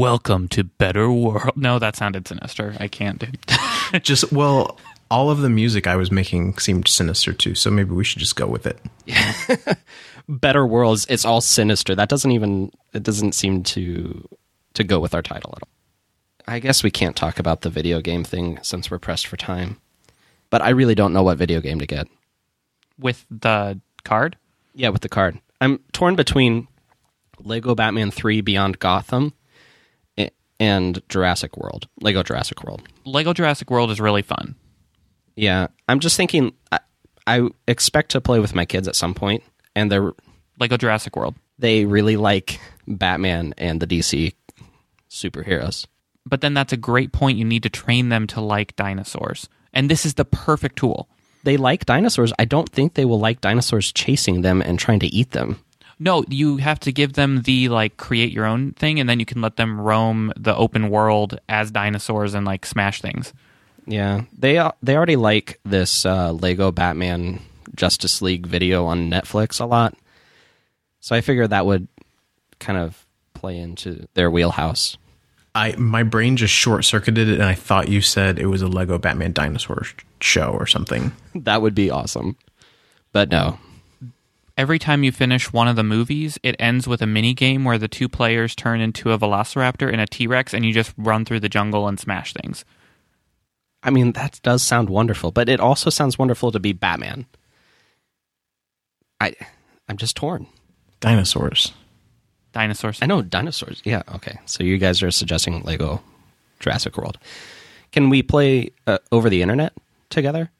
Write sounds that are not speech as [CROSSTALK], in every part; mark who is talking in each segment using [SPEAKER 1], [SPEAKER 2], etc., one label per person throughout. [SPEAKER 1] Welcome to Better World. No, that sounded sinister. I can't do.
[SPEAKER 2] Just well, all of the music I was making seemed sinister too, so maybe we should just go with it.
[SPEAKER 3] Better Worlds, it's all sinister. That doesn't even it doesn't seem to to go with our title at all. I guess we can't talk about the video game thing since we're pressed for time. But I really don't know what video game to get.
[SPEAKER 1] With the card?
[SPEAKER 3] Yeah, with the card. I'm torn between Lego Batman 3 Beyond Gotham a- and Jurassic World. Lego Jurassic World.
[SPEAKER 1] Lego Jurassic World is really fun.
[SPEAKER 3] Yeah, I'm just thinking I, I expect to play with my kids at some point and they're
[SPEAKER 1] Lego Jurassic World.
[SPEAKER 3] they really like Batman and the DC superheroes.
[SPEAKER 1] But then that's a great point. You need to train them to like dinosaurs. And this is the perfect tool.
[SPEAKER 3] They like dinosaurs. I don't think they will like dinosaurs chasing them and trying to eat them.
[SPEAKER 1] No, you have to give them the like create your own thing and then you can let them roam the open world as dinosaurs and like smash things.
[SPEAKER 3] Yeah, they al- they already like this uh, Lego Batman Justice League video on Netflix a lot. So I figure that would kind of play into their wheelhouse. [LAUGHS]
[SPEAKER 2] I my brain just short circuited it, and I thought you said it was a Lego Batman dinosaur sh- show or something.
[SPEAKER 3] That would be awesome. But no.
[SPEAKER 1] Every time you finish one of the movies, it ends with a mini game where the two players turn into a velociraptor and a T-Rex and you just run through the jungle and smash things.
[SPEAKER 3] I mean, that does sound wonderful, but it also sounds wonderful to be Batman. I I'm just torn.
[SPEAKER 2] Dinosaurs.
[SPEAKER 1] Dinosaurs.
[SPEAKER 3] I know dinosaurs. Yeah. Okay. So you guys are suggesting Lego Jurassic World. Can we play uh, over the internet together?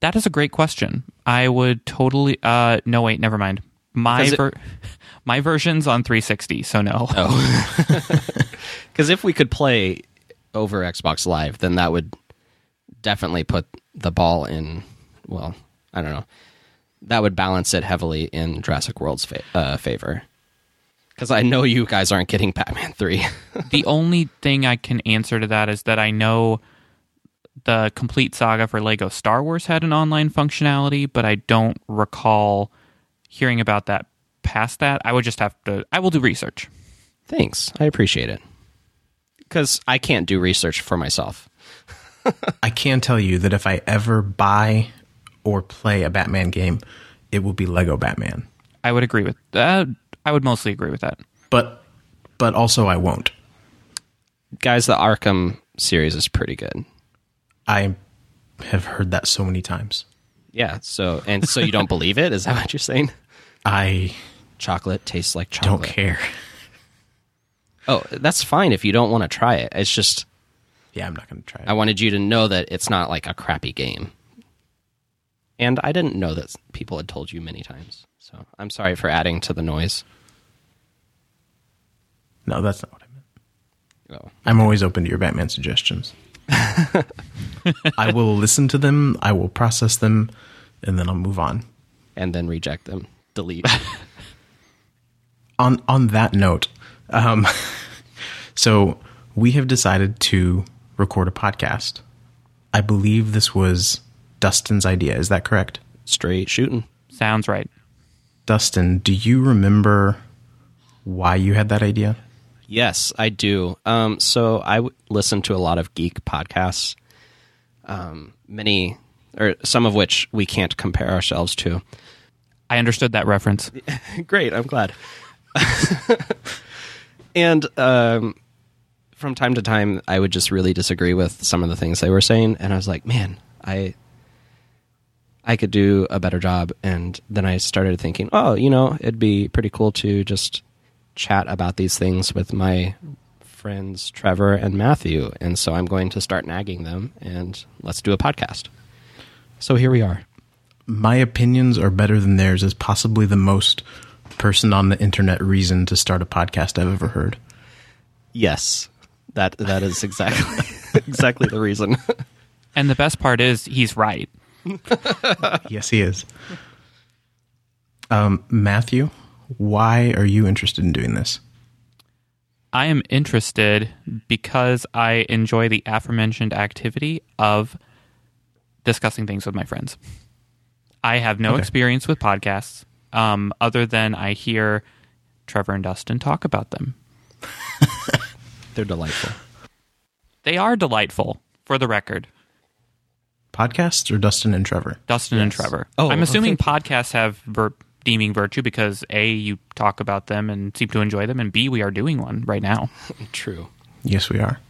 [SPEAKER 1] That is a great question. I would totally. Uh, no, wait, never mind. My
[SPEAKER 3] 'Cause it-
[SPEAKER 1] ver- my version's on 360, so no.
[SPEAKER 3] Oh. Because if we could play over Xbox Live, then that would definitely put the ball in. Well, I don't know. That would balance it heavily in Jurassic World's fa- uh, favor. Because I know you guys aren't getting Batman 3.
[SPEAKER 1] [LAUGHS] The only thing I can answer to that is that I know the complete saga for Lego Star Wars had an online functionality, but I don't recall hearing about that past that. I would just have to. I will do research.
[SPEAKER 3] [LAUGHS] Thanks. I appreciate it. Because I can't do research for myself.
[SPEAKER 2] I can tell you that if I ever buy or play a Batman game, it will be Lego Batman.
[SPEAKER 1] I would agree with that. I would mostly agree with that.
[SPEAKER 2] But but also I won't.
[SPEAKER 3] Guys, the Arkham series is pretty good.
[SPEAKER 2] I have heard that so many times.
[SPEAKER 3] Yeah. So, and
[SPEAKER 2] [LAUGHS]
[SPEAKER 3] so you don't believe it? Is that what you're saying?
[SPEAKER 2] I
[SPEAKER 3] Chocolate tastes like chocolate.
[SPEAKER 2] don't care.
[SPEAKER 3] Oh, that's fine if you don't want to try it. It's just
[SPEAKER 2] Yeah, I'm not going to try it.
[SPEAKER 3] I wanted you to know that it's not like a crappy game. And I didn't know that people had told you many times. So I'm sorry for adding to the noise.
[SPEAKER 2] no, that's not what I meant.
[SPEAKER 3] Oh,
[SPEAKER 2] I'm always open to your Batman suggestions. I will listen to them, I will process them, and then I'll move on.
[SPEAKER 3] and then reject them.
[SPEAKER 2] [LAUGHS]
[SPEAKER 3] Delete.
[SPEAKER 2] On on that note, um, [LAUGHS] so we have decided to record a podcast. I believe this was Dustin's idea. Is that correct?
[SPEAKER 3] Straight shooting.
[SPEAKER 1] Sounds right.
[SPEAKER 2] Dustin, do you remember why you had that idea?
[SPEAKER 3] Yes, I do. Um, so I w- listen to a lot of geek podcasts, um, many or some of which we can't compare ourselves to.
[SPEAKER 1] I understood that reference.
[SPEAKER 3] [LAUGHS] Great, I'm glad. and um, from time to time, I would just really disagree with some of the things they were saying, and I was like, man, I I could do a better job. And then I started thinking, oh, you know, it'd be pretty cool to just chat about these things with my friends Trevor and Matthew. And so I'm going to start nagging them, and let's do a podcast. So here we are.
[SPEAKER 2] my opinions are better than theirs is possibly the most person on the internet reason to start a podcast I've ever heard.
[SPEAKER 3] Yes, that that is exactly [LAUGHS] exactly the reason.
[SPEAKER 1] And the best part is he's right.
[SPEAKER 2] yes, he is. Um, Matthew, why are you interested in doing this?
[SPEAKER 1] I am interested because I enjoy the aforementioned activity of discussing things with my friends. I have no experience with podcasts um, other than I hear Trevor and Dustin talk about them.
[SPEAKER 3] They're delightful.
[SPEAKER 1] They are delightful, for the record.
[SPEAKER 2] Podcasts or Dustin and Trevor?
[SPEAKER 1] Dustin and Trevor.
[SPEAKER 3] Oh,
[SPEAKER 1] I'm
[SPEAKER 3] oh,
[SPEAKER 1] assuming
[SPEAKER 3] thank
[SPEAKER 1] podcasts have ver- deeming virtue because A, you talk about them and seem to enjoy them, and B, we are doing one right now.
[SPEAKER 3] True.
[SPEAKER 2] Yes, we are.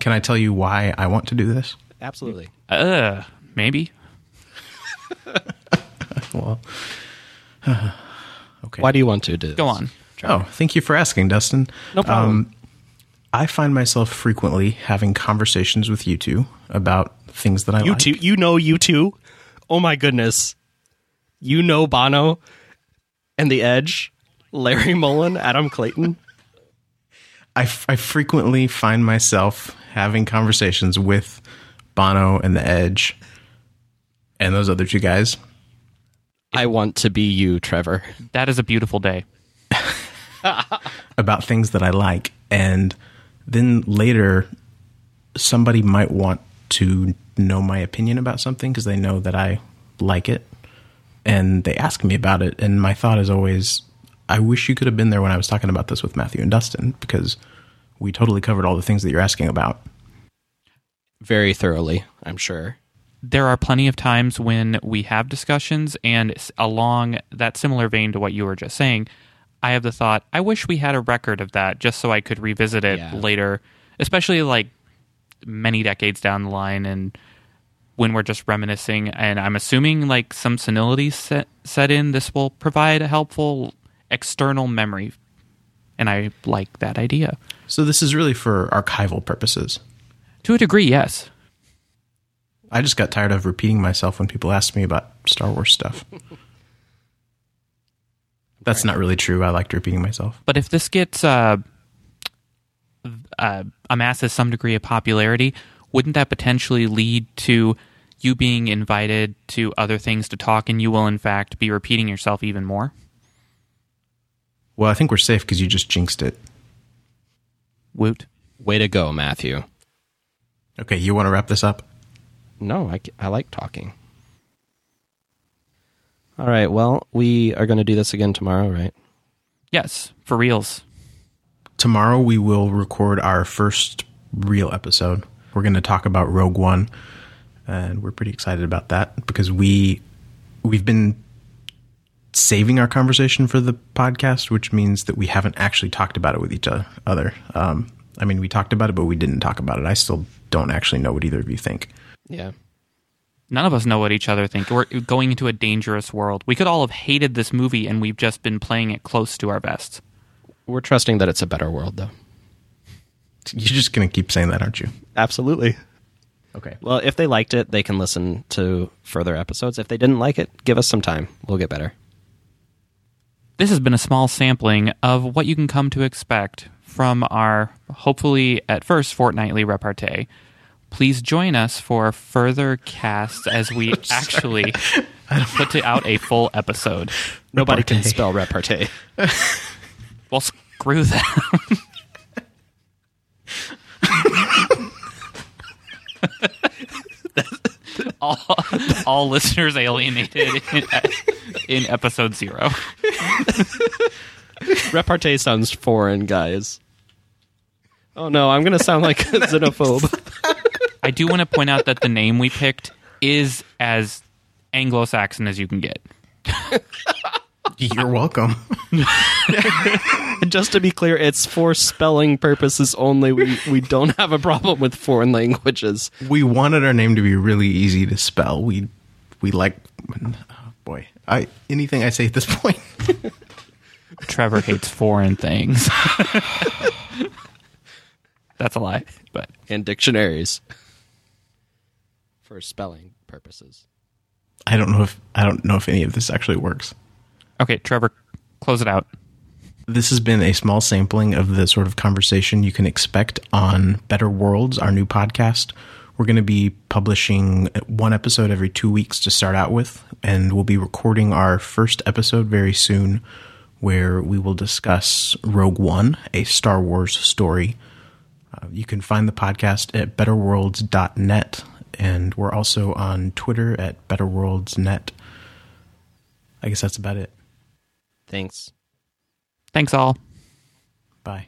[SPEAKER 2] Can I tell you why I want to do this?
[SPEAKER 3] Absolutely.
[SPEAKER 1] Uh, maybe.
[SPEAKER 2] Well, okay.
[SPEAKER 3] Why do you want to do this?
[SPEAKER 1] Go on.
[SPEAKER 2] Oh, thank you for asking, Dustin. Um,
[SPEAKER 3] No problem.
[SPEAKER 2] I find myself frequently having conversations with you two about things that I
[SPEAKER 3] you
[SPEAKER 2] like.
[SPEAKER 3] two. You know you two. Oh my goodness. You know Bono and The Edge, Larry Mullen, Adam Clayton.
[SPEAKER 2] I, f- I frequently find myself having conversations with Bono and The Edge and those other two guys.
[SPEAKER 3] I want to be you, Trevor.
[SPEAKER 1] That is a beautiful day.
[SPEAKER 2] about things that I like. And then later, somebody might want to know my opinion about something because they know that I like it. And they ask me about it. And my thought is always, I wish you could have been there when I was talking about this with Matthew and Dustin because we totally covered all the things that you're asking about.
[SPEAKER 3] Very thoroughly, I'm sure.
[SPEAKER 1] there are plenty of times when we have discussions and s- along that similar vein to what you were just saying i have the thought i wish we had a record of that just so i could revisit it
[SPEAKER 3] Yeah.
[SPEAKER 1] later especially like many decades down the line and when we're just reminiscing and i'm assuming like some senility set, set in this will provide a helpful external memory and i like that idea
[SPEAKER 2] So this is really for archival purposes.
[SPEAKER 1] to a degree yes
[SPEAKER 2] I just got tired of repeating myself when people asked me about Star Wars stuff. [LAUGHS] That's not really true. I liked repeating myself.
[SPEAKER 1] But if this gets uh, uh, amasses some degree of popularity, wouldn't that potentially lead to you being invited to other things to talk, and you will in fact be repeating yourself even more?
[SPEAKER 2] Well, I think we're safe because you just jinxed it.
[SPEAKER 1] Woot!
[SPEAKER 3] Way to go, Matthew.
[SPEAKER 2] Okay, you want to wrap this up?
[SPEAKER 3] No, I, I like talking. All right. Well, we are going to do this again tomorrow, right?
[SPEAKER 1] Yes, for reals.
[SPEAKER 2] Tomorrow we will record our first real episode. We're going to talk about Rogue One, and we're pretty excited about that because we we've been saving our conversation for the podcast, which means that we haven't actually talked about it with each oth- other. Um, I mean, we talked about it, but we didn't talk about it. I still don't actually know what either of you think.
[SPEAKER 3] Yeah.
[SPEAKER 1] None of us know what each other think. We're going into a dangerous world. We could all have hated this movie, and we've just been playing it close to our vests.
[SPEAKER 3] We're trusting that it's a better world, though.
[SPEAKER 2] You're just going to keep saying that, aren't you?
[SPEAKER 3] Absolutely.
[SPEAKER 2] Okay.
[SPEAKER 3] Well, if they liked it, they can listen to further episodes. If they didn't like it, give us some time. We'll get better.
[SPEAKER 1] This has been a small sampling of what you can come to expect from our hopefully at first fortnightly repartee. Please join us for further casts as we actually put to- out a full episode.
[SPEAKER 3] Nobody can
[SPEAKER 2] Repartee.
[SPEAKER 3] spell repartee. [LAUGHS]
[SPEAKER 1] Well, screw that. [LAUGHS] all, all listeners alienated in, in episode zero.
[SPEAKER 3] repartee sounds foreign, guys. Oh no, I'm going to sound like a xenophobe. [LAUGHS]
[SPEAKER 1] I do want to point out that the name we picked is as Anglo-Saxon as you can get.
[SPEAKER 2] You're welcome. [LAUGHS]
[SPEAKER 3] Just to be clear, it's for spelling purposes only. We we don't have a problem with foreign languages.
[SPEAKER 2] we wanted our name to be really easy to spell. We we like oh boy. I anything I say at this [LAUGHS] point.
[SPEAKER 1] Trevor hates foreign things. [LAUGHS] That's a lie, but
[SPEAKER 3] And dictionaries. For spelling purposes.
[SPEAKER 2] I don't know if I don't know if any of this actually works.
[SPEAKER 1] okay, Trevor, close it out.
[SPEAKER 2] This has been a small sampling of the sort of conversation you can expect on Better Worlds, our new podcast. We're going to be publishing one episode every two weeks to start out with, and we'll be recording our first episode very soon, where we will discuss Rogue One, a Star Wars story. Uh, you can find the podcast at betterworlds.net, and we're also on Twitter at betterworldsnet. I guess that's about it.
[SPEAKER 3] Thanks.
[SPEAKER 1] Thanks all.
[SPEAKER 2] Bye.